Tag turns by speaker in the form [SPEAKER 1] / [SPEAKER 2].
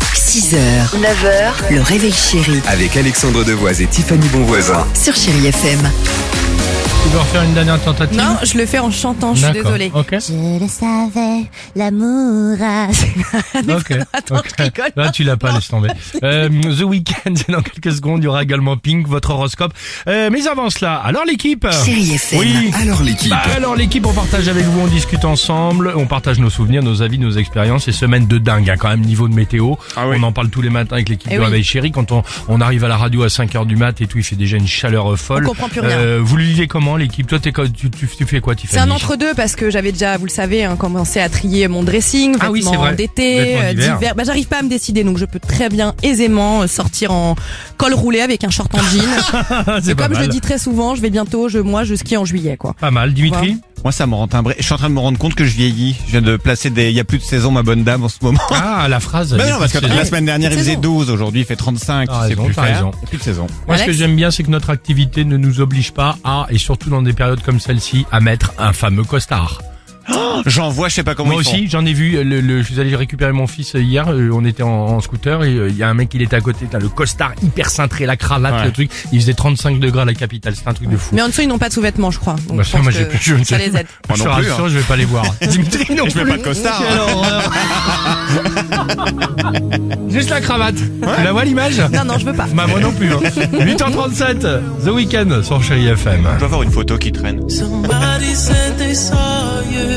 [SPEAKER 1] 6h, 9h, le réveil chéri
[SPEAKER 2] Avec Alexandre Devoise et Tiffany Bonvoisin.
[SPEAKER 1] sur Chéri FM.
[SPEAKER 3] Tu veux en faire une dernière tentative
[SPEAKER 4] Non, je le fais en chantant, je suis
[SPEAKER 3] D'accord.
[SPEAKER 4] désolée.
[SPEAKER 3] Ok.
[SPEAKER 5] Je le savais, l'amour a...
[SPEAKER 3] Ok.
[SPEAKER 4] Attends,
[SPEAKER 3] ok.
[SPEAKER 4] je rigole.
[SPEAKER 3] Là, tu l'as pas, laisse tomber. Euh, The Weeknd, dans quelques secondes, il y aura également Pink, votre horoscope. Euh, mais avant cela, alors l'équipe
[SPEAKER 1] Chéri FM.
[SPEAKER 3] Ah. Oui.
[SPEAKER 2] Alors l'équipe,
[SPEAKER 3] Bah, alors l'équipe, on partage avec vous, on discute ensemble, on partage nos souvenirs, nos avis, nos expériences. Et semaine de dingue, hein, quand même niveau de météo. On en parle tous les matins avec l'équipe
[SPEAKER 4] Eh
[SPEAKER 3] de
[SPEAKER 4] oui.
[SPEAKER 3] Réveil Chéri. Quand on, on arrive à la radio à 5 heures du mat et tout, il fait déjà une chaleur euh, folle.
[SPEAKER 4] On comprend plus rien.
[SPEAKER 3] Euh, vous le lisez comment l'équipe Toi, t'es quoi- tu, tu, tu fais quoi Tiffany
[SPEAKER 4] C'est un entre-deux parce que j'avais déjà, vous le savez, hein, commencé à trier mon dressing,
[SPEAKER 3] Ah oui, c'est
[SPEAKER 4] vêtements
[SPEAKER 3] vrai.
[SPEAKER 4] d'été,
[SPEAKER 3] Vêtements
[SPEAKER 4] euh,
[SPEAKER 3] d'hiver.
[SPEAKER 4] d'hiver. Bah, j'arrive pas à me décider, donc je peux très bien aisément euh, sortir en col roulé avec un short en jean.
[SPEAKER 3] Ah, C'est
[SPEAKER 4] Et
[SPEAKER 3] pas
[SPEAKER 4] comme je
[SPEAKER 3] mal.
[SPEAKER 4] le dis très souvent, je vais bientôt, je, moi, je skie en juillet, quoi.
[SPEAKER 3] Pas mal, Dimitri.
[SPEAKER 6] Moi, ça me rend timbré. Je suis en train de me rendre compte que je vieillis. Je viens de placer des. Il y a plus de saison, ma bonne dame, en ce moment.
[SPEAKER 3] Ah, la phrase.
[SPEAKER 6] Bah
[SPEAKER 3] il y a
[SPEAKER 6] non,
[SPEAKER 3] plus
[SPEAKER 6] parce que
[SPEAKER 3] de saison.
[SPEAKER 6] la semaine dernière, il
[SPEAKER 4] Saison.
[SPEAKER 6] faisait 12. Aujourd'hui, il fait 35. tu
[SPEAKER 3] T'as
[SPEAKER 6] sais
[SPEAKER 3] raison,
[SPEAKER 6] plus
[SPEAKER 3] t'as
[SPEAKER 6] faire.
[SPEAKER 3] raison.
[SPEAKER 6] Il y a plus de saison.
[SPEAKER 3] Moi, ce que
[SPEAKER 4] Alex
[SPEAKER 3] j'aime bien, c'est que notre activité ne nous oblige pas à, et surtout dans des périodes comme celle-ci, à mettre un fameux costard.
[SPEAKER 6] J'en vois, je sais pas comment
[SPEAKER 3] Moi
[SPEAKER 6] ils font.
[SPEAKER 3] aussi, j'en ai vu. euh, Le, le- je suis allé récupérer mon fils euh, hier. euh, On était en, en scooter et euh, il y a un mec, il était à côté. T'as le costard hyper cintré, la cravate,
[SPEAKER 6] Ouais.
[SPEAKER 3] le truc. Il faisait 35 degrés à la capitale. C'est un truc de fou.
[SPEAKER 4] Mais en dessous, ils n'ont pas de sous-vêtements, je crois. Donc,
[SPEAKER 3] Bah,
[SPEAKER 4] je
[SPEAKER 3] ça,
[SPEAKER 4] pense
[SPEAKER 3] moi, j'ai
[SPEAKER 4] que
[SPEAKER 3] plus- je ne
[SPEAKER 4] ça
[SPEAKER 3] sais
[SPEAKER 4] les aide.
[SPEAKER 6] Moi
[SPEAKER 3] je
[SPEAKER 6] non
[SPEAKER 3] te
[SPEAKER 6] plus, hein.
[SPEAKER 3] rassure, je vais pas les voir. Dimitri, non
[SPEAKER 6] Je mets pas de costard. hein.
[SPEAKER 3] Juste la cravate. Tu la vois l'image
[SPEAKER 4] Non, non, je veux pas.
[SPEAKER 3] Bah, moi non plus. hein. 8h37, The Weeknd sur Chéri FM.
[SPEAKER 6] Je dois avoir une photo qui traîne.
[SPEAKER 7] Somebody said they saw you.